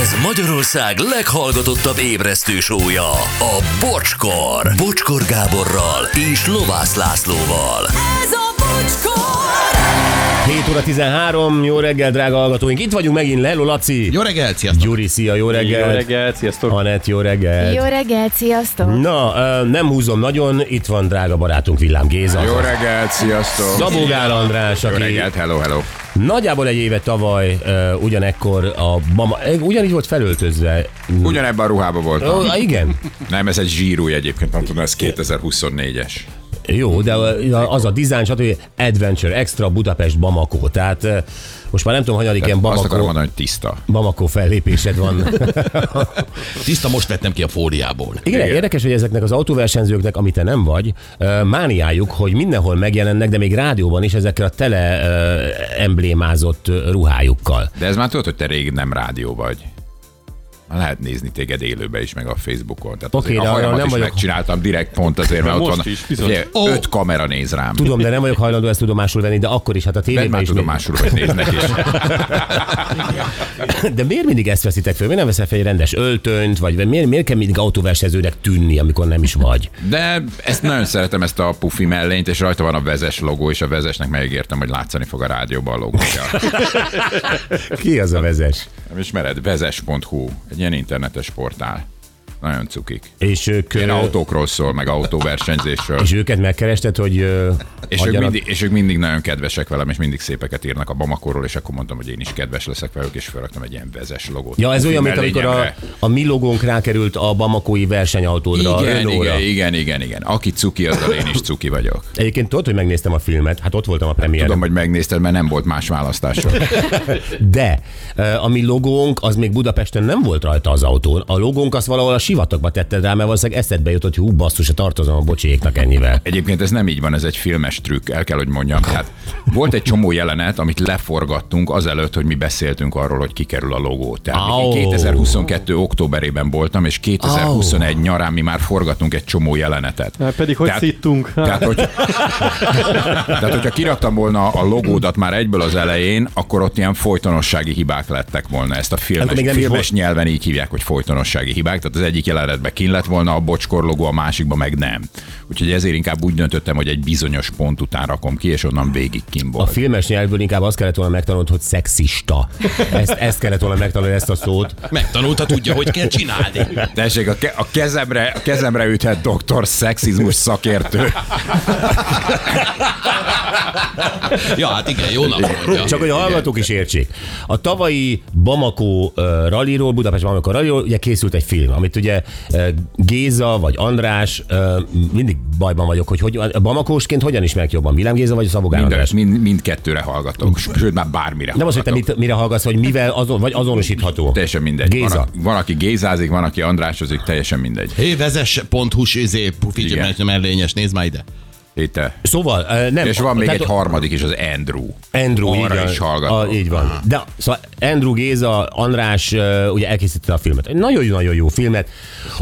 Ez Magyarország leghallgatottabb ébresztő sója, a Bocskor. Bocskor Gáborral és Lovász Lászlóval. Ez a bocskor! 7 óra 13, jó reggel, drága hallgatóink. Itt vagyunk megint, Lelo Laci. Jó reggelt, sziasztok! Gyuri, szia, jó reggel. Jó reggelt, sziasztok! Anett, jó reggel. Jó reggelt, sziasztok! Na, ö, nem húzom nagyon, itt van drága barátunk Villám Géza. Jó reggelt, sziasztok! Szabó Gál András, Jó aki reggelt, hello, hello! nagyjából egy éve tavaly ö, ugyanekkor a mama, ö, ugyanígy volt felöltözve. Ugyanebben a ruhában voltam. Ö, igen, Nem, ez egy zsírúj egyébként, nem tudom, ez 2024-es. jó, de ö, az a dizájn, stb. Adventure Extra Budapest Bamako. Tehát ö, most már nem tudom, hanyadik ilyen Azt akarom Bamako, mondani, hogy tiszta. Bamako fellépésed van. Tiszta most vettem ki a fóliából. Igen, Igen. érdekes, hogy ezeknek az autóversenyzőknek, amit te nem vagy, ö, mániájuk, hogy mindenhol megjelennek, de még rádióban is ezekkel a tele ö, emblémázott ö, ruhájukkal. De ez már tudod, hogy te rég nem rádió vagy. Már Lehet nézni téged élőbe is, meg a Facebookon. Tehát Oké, okay, de a arra hajamat nem is vagyok- megcsináltam direkt pont azért, mert De ott most van is, bizony. Ugye, Ó. öt kamera néz rám. Tudom, de nem vagyok hajlandó ezt tudomásul venni, de akkor is, hát a Vedd tévében már is. mi- tudomásul, hogy néznek is. De miért mindig ezt veszitek föl? Miért nem veszel fel egy rendes öltönyt, vagy miért, miért kell mindig autóversenyzőnek tűnni, amikor nem is vagy? De ezt nagyon szeretem, ezt a pufi mellényt, és rajta van a vezes logó, és a vezesnek megígértem, hogy látszani fog a rádióban a logója. Ki az a vezes? Nem ismered? Vezes.hu, egy ilyen internetes portál. Nagyon cukik. És ők, Ilyen ö, autókról szól, meg autóversenyzésről. és őket megkerested, hogy ö, És ők, adjanak- mindig, és ők mindig nagyon kedvesek velem, és mindig szépeket írnak a Bamakorról, és akkor mondtam, hogy én is kedves leszek velük, és felraktam egy ilyen vezes logót. Ja, ez Pufi olyan, mint amikor a, mellényemre. a mi logónk rákerült a Bamakói versenyautódra. a Igen, Renaultra. igen, igen, igen, igen. Aki cuki, azzal én is cuki vagyok. Egyébként tudod, hogy megnéztem a filmet, hát ott voltam a premiéren. Tudom, hogy megnézted, mert nem volt más választásom. De ö, a mi logónk, az még Budapesten nem volt rajta az autón. A logónk azt valahol a sivatagba tetted rá, mert valószínűleg eszedbe jutott, hogy hú, basszus, a tartozom a bocsiéknak ennyivel. Egyébként ez nem így van, ez egy filmes trükk, el kell, hogy mondjam. Tehát volt egy csomó jelenet, amit leforgattunk azelőtt, hogy mi beszéltünk arról, hogy kikerül a logó. Tehát Au. oh. 2022. októberében voltam, és 2021 oh. nyarán mi már forgatunk egy csomó jelenetet. Hát pedig hogy Tehát- szittunk? Hát, Tehát, hogy, tehát, hogyha kiraktam volna a logódat már egyből az elején, akkor ott ilyen folytonossági hibák lettek volna. Ezt a Akkor filmes, Hát még nem is filmes volt- nyelven így hívják, hogy folytonossági hibák. Tehát az egyik jelenetben kin lett volna a bocskor logó, a másikban meg nem. Úgyhogy ezért inkább úgy döntöttem, hogy egy bizonyos pont után rakom ki, és onnan végig kim A volt. filmes nyelvből inkább azt kellett volna megtanulnod, hogy szexista. Ezt, ezt kellett volna megtanulni, ezt a szót. Megtanulta, tudja, hogy kell csinálni. Tessék, a, ke- a, kezemre, a kezemre üthet doktor szexizmus szakértő. Ja, hát igen, jó napot mondja. Csak hogy a hallgatók is értsék. A tavalyi Bamako ö, ralliról, Budapest Bamako ralliról ugye készült egy film, amit ugye ö, Géza vagy András, ö, mindig bajban vagyok, hogy, hogy Bamakósként hogyan ismerek jobban, Vilám Géza vagy Szabó Gál Mind, András? mind, mindkettőre hallgatok, sőt már bármire Nem az, hogy te hallgatok. mit, mire hallgatsz, vagy mivel azon, vagy azonosítható. Teljesen mindegy. Van, Géza. aki- van, aki gézázik, van, aki andrásozik, teljesen mindegy. Hé, vezess, pont hús, izé, pufi, Igen. mert nem ellényes, nézd már ide. Itt te. Szóval, ö, nem. És van még tehát egy harmadik is, az Andrew. Andrew, Arra így van. is hallgatok. A, így van. De szóval Andrew Géza, András ö, ugye elkészítette a filmet. Egy Nagyon-nagyon jó filmet.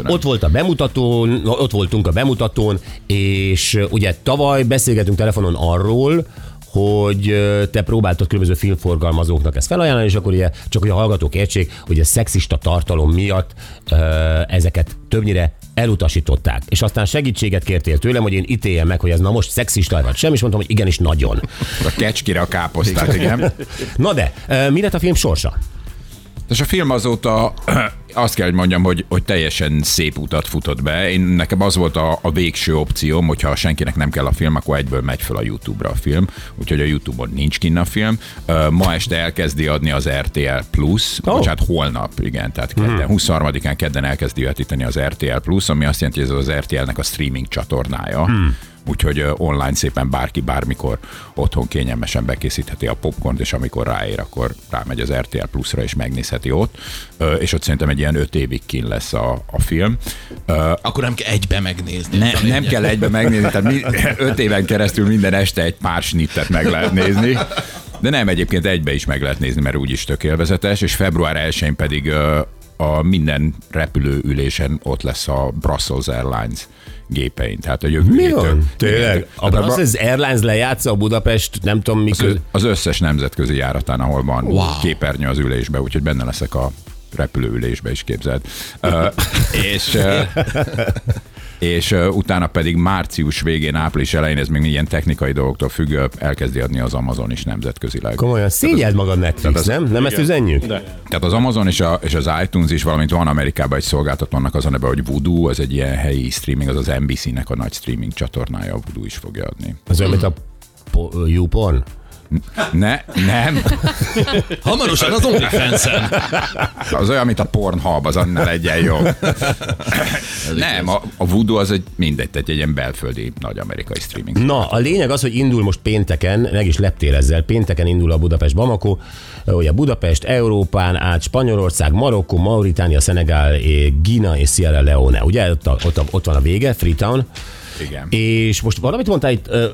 Ott volt a bemutatón, ott voltunk a bemutatón, és ö, ugye tavaly beszélgetünk telefonon arról, hogy ö, te próbáltad különböző filmforgalmazóknak ezt felajánlani, és akkor ugye csak hogy a hallgatók értsék, hogy a szexista tartalom miatt ö, ezeket többnyire elutasították. És aztán segítséget kértél tőlem, hogy én ítéljem meg, hogy ez na most szexista vagy sem, és mondtam, hogy igenis nagyon. A kecskire a káposztát, igen. Na de, ö, mi lett a film sorsa? És a film azóta azt kell, hogy mondjam, hogy, hogy teljesen szép utat futott be. Én, nekem az volt a, a végső opcióm, hogyha senkinek nem kell a film, akkor egyből megy fel a YouTube-ra a film. Úgyhogy a YouTube-on nincs kinn a film. Ö, Ma este elkezdi adni az RTL Plus, Ó. oh. bocsánat, holnap, igen, tehát kedden, 23-án kedden elkezdi vetíteni az RTL Plus, ami azt jelenti, hogy ez az RTL-nek a streaming csatornája. Hmm. Úgyhogy ö, online szépen bárki bármikor otthon kényelmesen bekészítheti a popcornt, és amikor ráér, akkor rámegy az RTL Plus-ra, és megnézheti ott. Ö, És ott szerintem egy ilyen öt évig kin lesz a, a film. Ö, Akkor nem kell egybe megnézni. Ne, ez a nem lényeg. kell egybe megnézni, tehát mi, öt éven keresztül minden este egy pár snittet meg lehet nézni. De nem, egyébként egybe is meg lehet nézni, mert úgyis tök élvezetes, és február 1-én pedig ö, a minden repülőülésen ott lesz a Brussels Airlines gépein. Tehát a jövő Mi héttől- van? Igen. Tényleg? A Hát a Bra- Brussels Airlines lejátsza a Budapest, nem tudom mi az- köz... az összes nemzetközi járatán, ahol van Wow. wow. képernyő az ülésbe, úgyhogy benne leszek a repülőülésbe is képzeld. Ö, és ö, és ö, utána pedig március végén, április elején, ez még ilyen technikai dolgoktól függ, ö, elkezdi adni az Amazon is nemzetközileg. Komolyan, szégyeld magad Netflix, nem? Nem ezt üzenjük? Tehát az Amazon és, a, és az iTunes is, valamint van Amerikában egy szolgáltatónak az a neve, hogy Voodoo, az egy ilyen helyi streaming, az az NBC-nek a nagy streaming csatornája, a Voodoo is fogja adni. Az olyan, mint a po- ö, YouPorn? Ne, nem, Hamarosan az OnlyFans-en. az olyan, mint a Pornhub, az annál legyen jó. nem, a, a Voodoo az egy mindegy, egy, egy ilyen belföldi nagy amerikai streaming. Na, a lényeg az, hogy indul most pénteken, meg is leptél ezzel, pénteken indul a Budapest Bamako, ugye Budapest, Európán át Spanyolország, Marokkó, Mauritánia, Szenegál, eh, Gina és Sierra Leone, ugye? Ott, a, ott, a, ott van a vége, Freetown. Igen. És most valamit mondtál itt ö,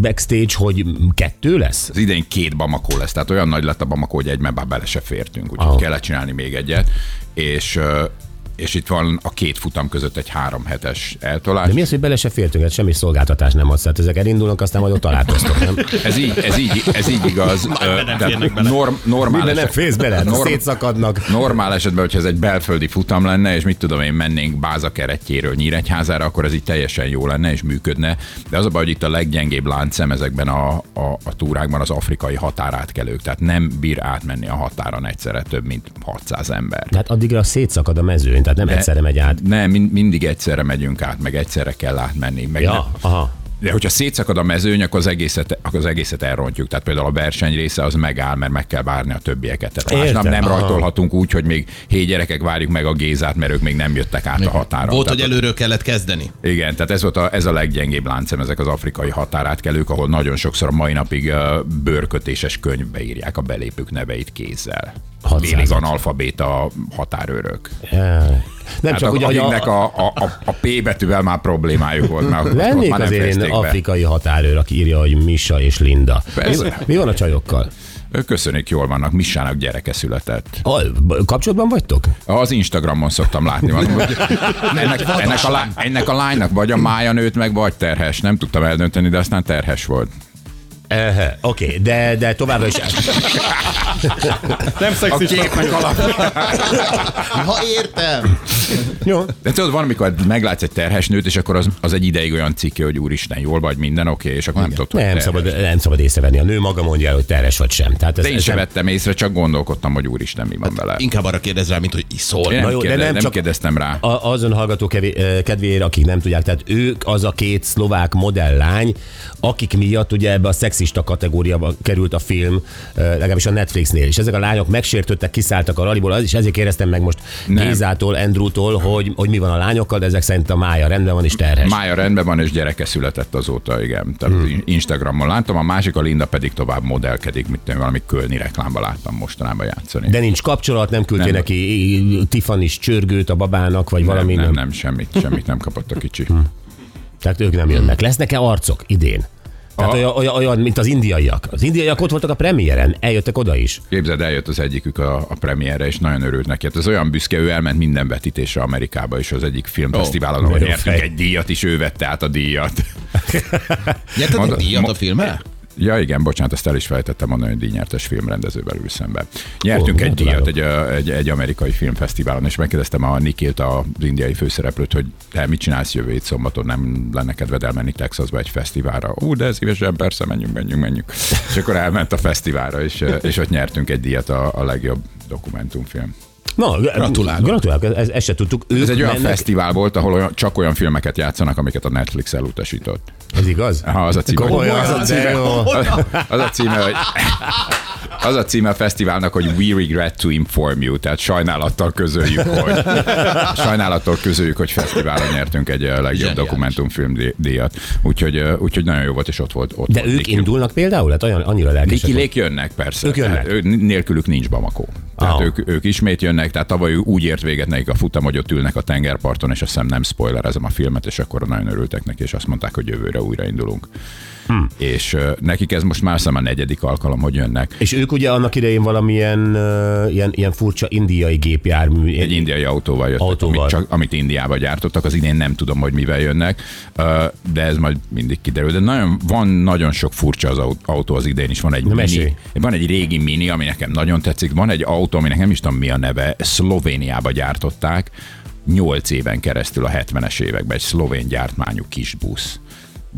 backstage, hogy kettő lesz? Az idén két Bamako lesz, tehát olyan nagy lett a Bamako, hogy egyben már bele se fértünk, úgyhogy Aha. oh. kellett csinálni még egyet, és, ö, és itt van a két futam között egy három hetes eltolás. De mi az, hogy bele se fértünk, hát semmi szolgáltatás nem adsz, tehát ezek elindulnak, aztán majd ott találkoztok, nem? Ez így, ez így, ez így igaz. Ö, nem de férnek bele. norm, normál, Minden nem eset, félsz bele, Hát Norm- szétszakadnak. normál esetben, hogyha ez egy belföldi futam lenne, és mit tudom én, mennénk Báza keretjéről Nyíregyházára, akkor ez így teljesen jó lenne és működne. De az a baj, hogy itt a leggyengébb láncem ezekben a, a, a túrákban az afrikai határátkelők. Tehát nem bír átmenni a határon egyszerre több, mint 600 ember. De hát addigra szétszakad a mezőny, tehát nem egyszerre megy át. Nem, min- mindig egyszerre megyünk át, meg egyszerre kell átmenni. Meg nem, Ja, aha. de hogyha szétszakad a mezőny, akkor az egészet, akkor az egészet elrontjuk. Tehát például a verseny része az megáll, mert meg kell várni a többieket. Tehát Értem. másnap nem Aha. rajtolhatunk úgy, hogy még hét gyerekek várjuk meg a Gézát, mert ők még nem jöttek át a határon. Volt, hogy tehát, előről kellett kezdeni. Igen, tehát ez, volt a, ez a leggyengébb láncem, ezek az afrikai határátkelők, ahol nagyon sokszor a mai napig ö, bőrkötéses könyvbe írják a belépők neveit kézzel. 600. Vélig analfabéta határőrök. Jaj. Nem Hát csak ugye, hogy a, a, a, a, a, a P betűvel már problémájuk volt, mert ott- ott Lennék már nem azért én fejezték be. afrikai határőr, aki írja, hogy Misa és Linda. Mi, Persze. mi van a csajokkal? Ők Köszönjük, jól vannak. Missának gyereke született. A, b- kapcsolatban vagytok? Az Instagramon szoktam látni. Van, hogy ennek, ennek, a, lá- ennek a lánynak vagy a mája nőtt meg, vagy terhes. Nem tudtam eldönteni, de aztán terhes volt. Ehe, Oké, okay, de, de továbbra is... Nem A szexista. képnek alap. Ha értem. Jó. De tudod, van, amikor meglátsz egy terhes nőt, és akkor az, az egy ideig olyan cikke, hogy úristen, jól vagy, minden oké, és akkor nem tudod, hogy Nem terhes. szabad, nem szabad észrevenni. A nő maga mondja el, hogy terhes vagy sem. Tehát ez, De én ez sem nem, vettem észre, csak gondolkodtam, hogy úristen, mi van vele. Inkább arra kérdez rá, mint hogy iszol. Én Na nem, jó, de kérde, nem nem, csak- kérdeztem rá. a, azon hallgató kevé, ö, kedvéért, akik nem tudják, tehát ők az a két szlovák modellány, akik miatt ugye ebbe a szexista kategóriába került a film, ö, legalábbis a Netflixnél, és ezek a lányok megsértődtek, kiszálltak a raliból, az is ezért éreztem meg most Nem. Gézától, Andrewtól, hogy, hogy mi van a lányokkal, de ezek szerint a mája rendben van és terhes. Mája rendben van, és gyereke született azóta, igen. Tehát hmm. Instagramon láttam, a másik, a Linda pedig tovább modellkedik, mint én valami kölni reklámba láttam mostanában játszani. De nincs kapcsolat, nem küldtél Nem. neki tifanis csörgőt a babának, vagy valami. Hmm. nem, nem, nem, semmit, semmit nem kapott a kicsi. Tehát ők nem jönnek. Lesznek-e arcok idén? Tehát A- olyan, olyan, olyan, mint az indiaiak. Az indiaiak ott voltak a premiéren, eljöttek oda is. Képzeld, eljött az egyikük a, a premierre, és nagyon örült neki. Hát ez olyan büszke, ő elment minden vetítésre Amerikába, és az egyik filmfesztiválon, ahol de jó nyertünk fej. egy díjat, és ő vette át a díjat. Nyerted egy Mondod- díjat a mo- filmmel? Ja igen, bocsánat, ezt el is felejtettem mondani, hogy díjnyertes filmrendezővel ül szembe. Nyertünk Ó, egy díjat gratulálok. egy, ö, egy, egy, amerikai filmfesztiválon, és megkérdeztem a Nikilt, az indiai főszereplőt, hogy te mit csinálsz jövő hét szombaton, nem lenne kedved elmenni Texasba egy fesztiválra. Ú, de szívesen, persze, menjünk, menjünk, menjünk. És akkor elment a fesztiválra, és, ö, és ott nyertünk egy díjat a, a legjobb dokumentumfilm. Na, gratulálok. Gratulálok, ezt, ezt se tudtuk. Ők Ez egy olyan mennek, fesztivál volt, ahol olyan, csak olyan filmeket játszanak, amiket a Netflix elutasított. Ez igaz? Aha, az a címe. Komolyan, az, a de címe jó. az a címe, hogy az a címe a fesztiválnak, hogy We Regret to Inform You, tehát sajnálattal közöljük, hogy sajnálattal közöljük, hogy fesztiválon nyertünk egy ö, legjobb Zseniális. dokumentumfilm dí- díjat. Úgyhogy, ö, úgyhogy nagyon jó volt, és ott volt. Ott De volt ők Niki. indulnak például? Hát olyan, annyira lelkesek. Nikilék jönnek, persze. Ők jönnek. Tehát, ő- Nélkülük nincs Bamako. Tehát Aha. ők, ők, ismét jönnek, tehát tavaly úgy ért véget nekik a futam, hogy ott ülnek a tengerparton, és azt hiszem nem spoilerezem a filmet, és akkor nagyon örültek neki, és azt mondták, hogy jövőre újraindulunk. Hm. És ö, nekik ez most már azt hiszem a negyedik alkalom, hogy jönnek. És ők ugye annak idején valamilyen ö, ilyen, ilyen furcsa indiai gépjármű. Egy indiai autóval jöttek, Autóval. Amit, csak, amit Indiába gyártottak, az idén nem tudom, hogy mivel jönnek, ö, de ez majd mindig kiderül. De nagyon, van nagyon sok furcsa az au- autó az idén is. Van egy, mesélj. mini, van egy régi mini, ami nekem nagyon tetszik, van egy autó, autó, aminek nem is tudom mi a neve, Szlovéniába gyártották, 8 éven keresztül a 70-es években egy szlovén gyártmányú kis busz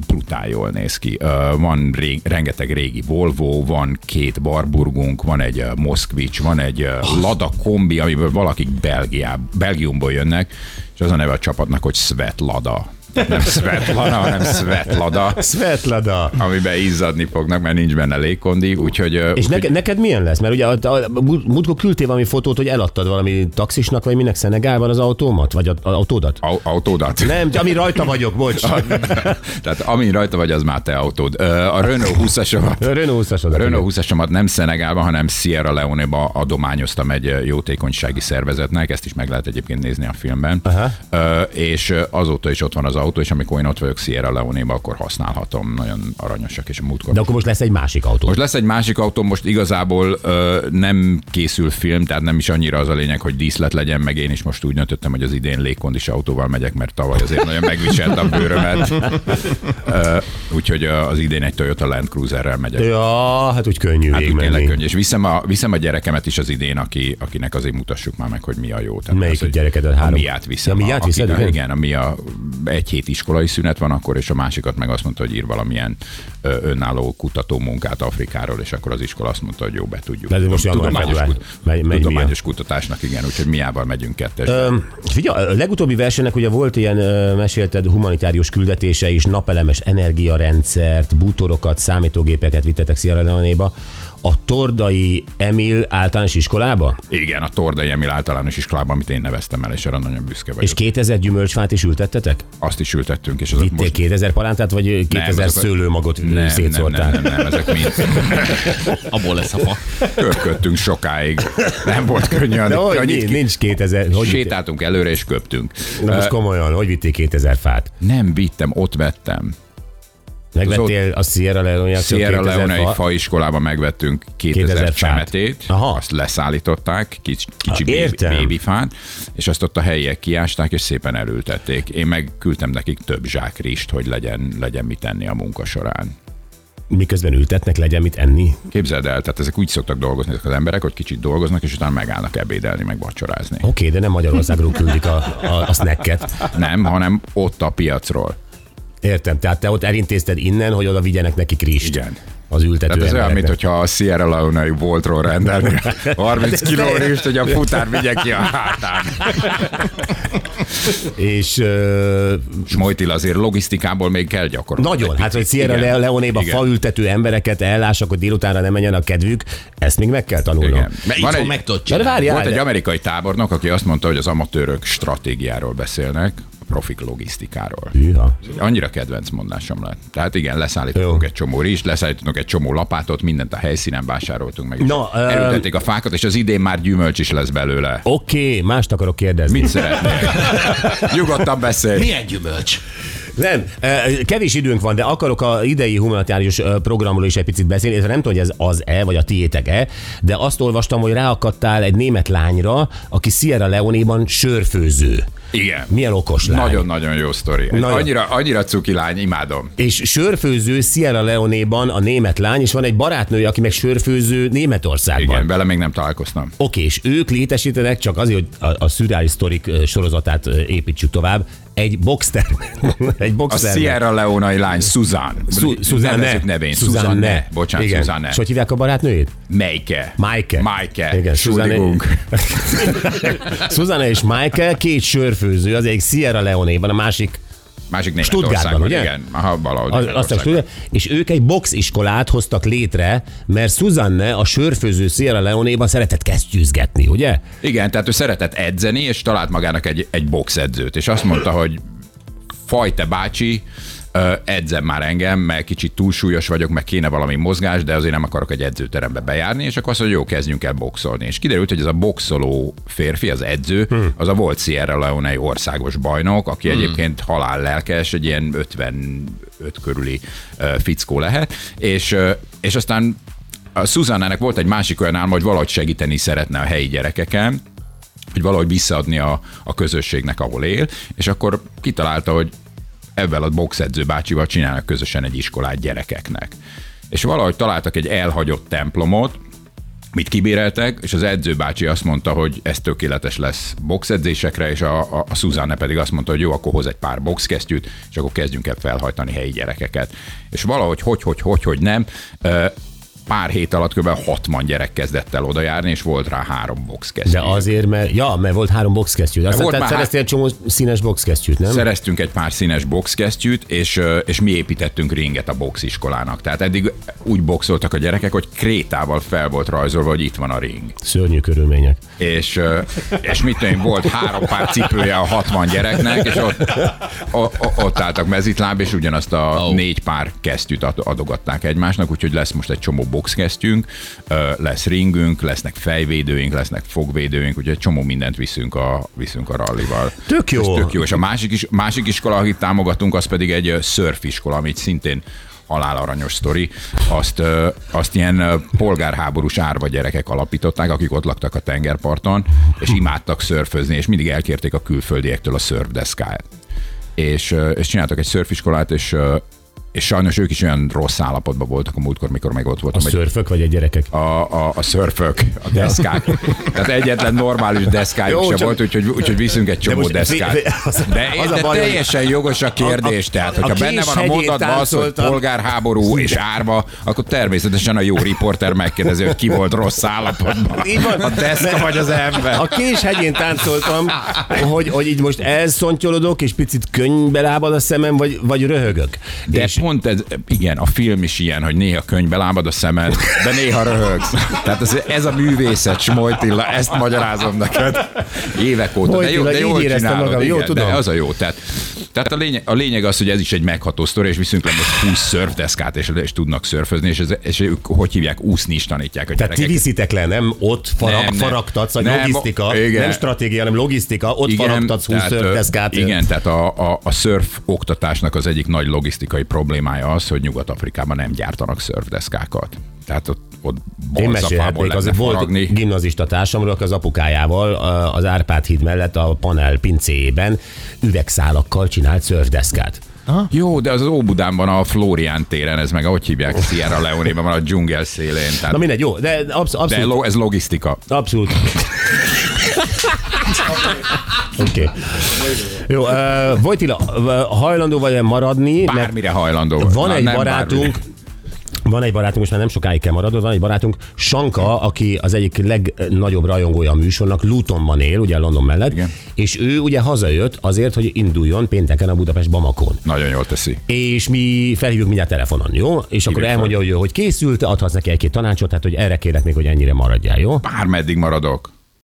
brutál jól néz ki. Ö, Van ré, rengeteg régi Volvo, van két Barburgunk, van egy ö, Moszkvics, van egy ö, Lada kombi, amiből valakik Belgiá, Belgiumból jönnek, és az a neve a csapatnak, hogy Svetlada. Nem Svetlana, hanem Svetlada, Svetlada. amiben izzadni fognak, mert nincs benne légkondi, úgyhogy... ö, És neke, neked milyen lesz? Mert ugye a, a, a, múlt- múltkor küldtél valami fotót, hogy eladtad valami taxisnak, vagy minek Szenegálban az autómat, vagy a, a autódat? au- autódat. Nem, ami rajta vagyok, bocs. A Tehát amin rajta vagy, az már te autód. Ö, A Renault 20-asomat Renault 20 A Renault 20-asomat nem Szenegálban, hanem Sierra Leone-ba adományoztam egy jótékonysági szervezetnek, ezt is meg lehet egyébként nézni a filmben. Ö, és ö, azóta is ott van az autó, és amikor én ott vagyok Sierra Leone-ba, akkor használhatom. Nagyon aranyosak, és a múltkor. De akkor most lesz egy másik autó. Most lesz egy másik autó, most igazából ö, nem készül film, tehát nem is annyira az a lényeg, hogy díszlet legyen, meg én is most úgy döntöttem, hogy az idén légkondis autóval megyek, mert tavaly azért nagyon megviselt a bőrömet. Ö, úgyhogy ö, az idén egy Toyota Land Cruiserrel megyek. Ja, hát úgy könnyű Hát úgy tényleg végigmenni. könnyű. És viszem a, viszem a gyerekemet is az idén, aki, akinek azért mutassuk már meg, hogy mi a jó. Tehát Melyik az, hogy gyereked? A A három- miát viszem. Ja, Miát a, viszed, igen? igen? igen, ami a egy hét iskolai szünet van akkor, és a másikat meg azt mondta, hogy ír valamilyen ö, önálló kutató munkát Afrikáról, és akkor az iskola azt mondta, hogy jó, be tudjuk. De ez most január, tudományos, február. kut- Megy- megy tudományos kutatásnak, igen, úgyhogy miával megyünk kettes. Öm, Figyelj, a legutóbbi versenynek ugye volt ilyen, ö, mesélted, humanitárius küldetése is, napelemes energiarendszert, bútorokat, számítógépeket vittetek Sierra Leone-ba. A Tordai Emil általános iskolába? Igen, a Tordai Emil általános iskolában, amit én neveztem el, és erre nagyon büszke vagyok. És 2000 gyümölcsfát is ültettetek? azt is ültettünk, és azok Vittél 2000 palántát, vagy 2000 azok a- szőlőmagot nem, nem, szétszórtál? nem, nem, nem, ezek mind, Abból lesz a fa. köpködtünk sokáig. Nem volt könnyű. De hogy annyit nincs, ki- nincs 2000, hogy vitték? Sétáltunk előre és köptünk. Na most Ö, komolyan, hogy vitték 2000 fát? Nem vittem, ott vettem. Megvettél a Sierra leone Sierra Leone faiskolában megvettünk 2000 2000 fát. csemetét, Aha. azt leszállították, kicsi, kicsi Ha, bébi, értem. bébifát, és azt ott a helyiek kiásták, és szépen elültették. Én meg küldtem nekik több zsák rist, hogy legyen, legyen mit enni a munka során. Miközben ültetnek, legyen mit enni. Képzeld el, tehát ezek úgy szoktak dolgozni ezek az emberek, hogy kicsit dolgoznak, és utána megállnak ebédelni, meg vacsorázni. Oké, de nem Magyarországról küldik a, a, a snacket. Nem, hanem ott a piacról. Értem, tehát te ott elintézted innen, hogy oda vigyenek nekik rist. Igen. Az ültető Tehát ez olyan, embereknek. mintha a Sierra Leone-i boltról rendelni 30 kiló teljesen- rist, hogy a futár vigye ki a hátán. És ö, És Mojtil azért logisztikából még kell gyakorolni. nagyon, hát hogy Sierra Igen. Le- Leone-ba Igen. faültető embereket ellássak, hogy délutánra ne menjen a kedvük, ezt még meg kell tanulnom. Igen. Mert Van itthon egy- meg tudod Na, de csinálni. várjál, Volt de- egy amerikai tábornok, aki azt mondta, hogy az amatőrök stratégiáról beszélnek, a profik logisztikáról. Hűha. Ez egy Annyira kedvenc mondásom lett. Tehát igen, leszállítottunk Jó. egy csomó rist, leszállítottunk egy csomó lapátot, mindent a helyszínen vásároltunk meg. és Na, ö- Elültették a fákat, és az idén már gyümölcs is lesz belőle. Oké, mást akarok kérdezni. Mit szeretnél? Nyugodtan beszélj. Milyen gyümölcs? Nem, eh, kevés időnk van, de akarok a idei humanitárius eh, programról is egy picit beszélni, illetve nem tudom, hogy ez az-e, vagy a tiétek-e, de azt olvastam, hogy ráakadtál egy német lányra, aki Sierra Leone-ban sörfőző. Igen. Milyen okos lány. Nagyon-nagyon jó sztori. Nagyon. Annyira, annyira cuki lány, imádom. És sörfőző Sierra Leone-ban a német lány, és van egy barátnője, aki meg sörfőző Németországban. Igen, vele még nem találkoztam. Oké, és ők létesítenek csak azért, hogy a, a Surreal Historic eh, sorozatát eh, építsük tovább, egy boxtermet. egy A boxtermet. Sierra Leonai lány, Susan. Su- Suzanne. Nevezzük nevén. Suzanne. Bocsánat, Igen. Suzanne. És hogy hívják a barátnőjét? Meike. Maike. Maike. Igen, Suzanne, Entschuldigung. Suzanne és Michael, két sörfőző, az egyik Sierra Leone-ban, a másik Másik Stuttgartban, Németországban. ugye? Igen, aha, valahogy. az, azt Németországban. tudja, és ők egy boxiskolát hoztak létre, mert Suzanne a sörfőző Sierra Leone-ban szeretett kesztyűzgetni, ugye? Igen, tehát ő szeretett edzeni, és talált magának egy, egy boxedzőt, és azt mondta, hogy fajta bácsi, ö, edzem már engem, mert kicsit túlsúlyos vagyok, meg kéne valami mozgás, de azért nem akarok egy edzőterembe bejárni, és akkor azt mondja, jó, kezdjünk el boxolni. És kiderült, hogy ez a boxoló férfi, az edző, az a volt Sierra Leone országos bajnok, aki egyébként halál lelkes, egy ilyen 55 körüli ö, fickó lehet, és, ö, és aztán a Szuzannának volt egy másik olyan álma, hogy valahogy segíteni szeretne a helyi gyerekeken, hogy valahogy visszaadni a, a közösségnek, ahol él, és akkor kitalálta, hogy ezzel a boxedző bácsival csinálnak közösen egy iskolát gyerekeknek. És valahogy találtak egy elhagyott templomot, mit kibéreltek, és az edzőbácsi azt mondta, hogy ez tökéletes lesz boxedzésekre, és a, a, a Szuzanne pedig azt mondta, hogy jó, akkor hoz egy pár boxkesztyűt, és akkor kezdjünk el felhajtani helyi gyerekeket. És valahogy, hogy, hogy, hogy, hogy nem, ö, pár hét alatt kb. 60 gyerek kezdett el oda járni, és volt rá három boxkesztyű. De azért, mert, ja, mert volt három boxkesztyű. Aztán Volt tehát már há- szereztél egy csomó színes boxkesztyűt, nem? Szereztünk egy pár színes boxkesztyűt, és, ö, és mi építettünk ringet a boxiskolának. Tehát eddig úgy boxoltak a gyerekek, hogy krétával fel volt rajzolva, hogy itt van a ring. Szörnyű körülmények. És, ö, és mit tudom, én, volt három pár cipője a 60 gyereknek, és ott, o, o, ott álltak mezitláb, és ugyanazt a oh. négy pár kesztyűt ad- adogatták egymásnak, úgyhogy lesz most egy csomó boxkesztyünk, ö, lesz ringünk, lesznek fejvédőink, lesznek fogvédőink, úgyhogy egy csomó mindent viszünk a, viszünk a rallival. Tök jó. Ez tök jó. És a másik, is, másik iskola, akit támogatunk, az pedig egy ö, szörfiskola, amit szintén halálaranyos sztori, azt, ö, azt ilyen ö, polgárháborús árva gyerekek alapították, akik ott laktak a tengerparton, és imádtak szörfözni, és mindig elkérték a külföldiektől a szörfdeszkát. És, ö, és csináltak egy szörfiskolát, és, ö, és sajnos ők is olyan rossz állapotban voltak a múltkor, mikor meg ott A voltam. hogy- szörfök vagy a gyerekek? a, a, a szörfök, a deszkák. Tehát egyetlen normális deszkájuk Jó, se csak- volt, úgyhogy, úgyhogy viszünk egy csomó most- deszkát. az- De, az a de baj, hogy- teljesen jogos a kérdés, tehát a hogyha benne van a Kés hegyén mondatban az, hogy táncoltam. polgárháború és árva, akkor természetesen a jó riporter megkérdezi, hogy ki volt rossz állapotban. Így van. A deszka vagy az ember. A kés hegyén táncoltam, hogy, hogy így most elszontyolodok, és picit könnybe lábad a szemem, vagy, vagy röhögök. De és, pont ez, igen, a film is ilyen, hogy néha könyvbe lábad a szemed, de néha röhögsz. Tehát ez, ez a művészet, Smojtilla, ezt magyarázom neked évek óta. De jó, Smojtilla, de jól így éreztem csinálod, magam, igen, jól tudom. De az a jó. Tehát, tehát a, lényeg, a lényeg az, hogy ez is egy megható sztori, és viszünk le most 20 szörfdeszkát, és, és tudnak szörfözni, és, ez, és ők, hogy hívják, úszni is tanítják a tehát ti gyerekeket. viszitek le, nem ott fara, Nem, nem. faragtatsz, vagy Nem, logisztika, igen. nem stratégia, hanem logisztika, ott faragtatsz 20 tehát, ö, szörfdeszkát. Igen, tehát a, a, a szörf oktatásnak az egyik nagy logisztikai problémája az, hogy Nyugat-Afrikában nem gyártanak szörfdeszkákat. Tehát ott, ott Én balzapából mesélhetnék, az lehetne volt faragni. gimnazista társamról, aki az apukájával a- az Árpád híd mellett a panel pincéjében üvegszálakkal csinált szörfdeszkát. Jó, de az Óbudán van a Flórián téren, ez meg ahogy hívják, Sierra leone van a dzsungel szélén. Na Tehát, mindegy, jó, de absz- de abszolút lo, ez logisztika. Abszolút. Oké. Okay. Jó, uh, Vojtila, uh, hajlandó vagy maradni? mert Bármire hajlandó. vagy. van Na, egy nem barátunk, bármire. van egy barátunk, most már nem sokáig kell maradnod, van egy barátunk, Sanka, aki az egyik legnagyobb rajongója a műsornak, Lutonban él, ugye London mellett, Igen. és ő ugye hazajött azért, hogy induljon pénteken a Budapest Bamakon Nagyon jól teszi. és mi felhívjuk mindjárt telefonon, jó? És akkor fel. elmondja, hogy, hogy készült, adhatsz neki egy-két tanácsot, tehát hogy erre kérek még, hogy ennyire maradjál, jó? Bármeddig maradok.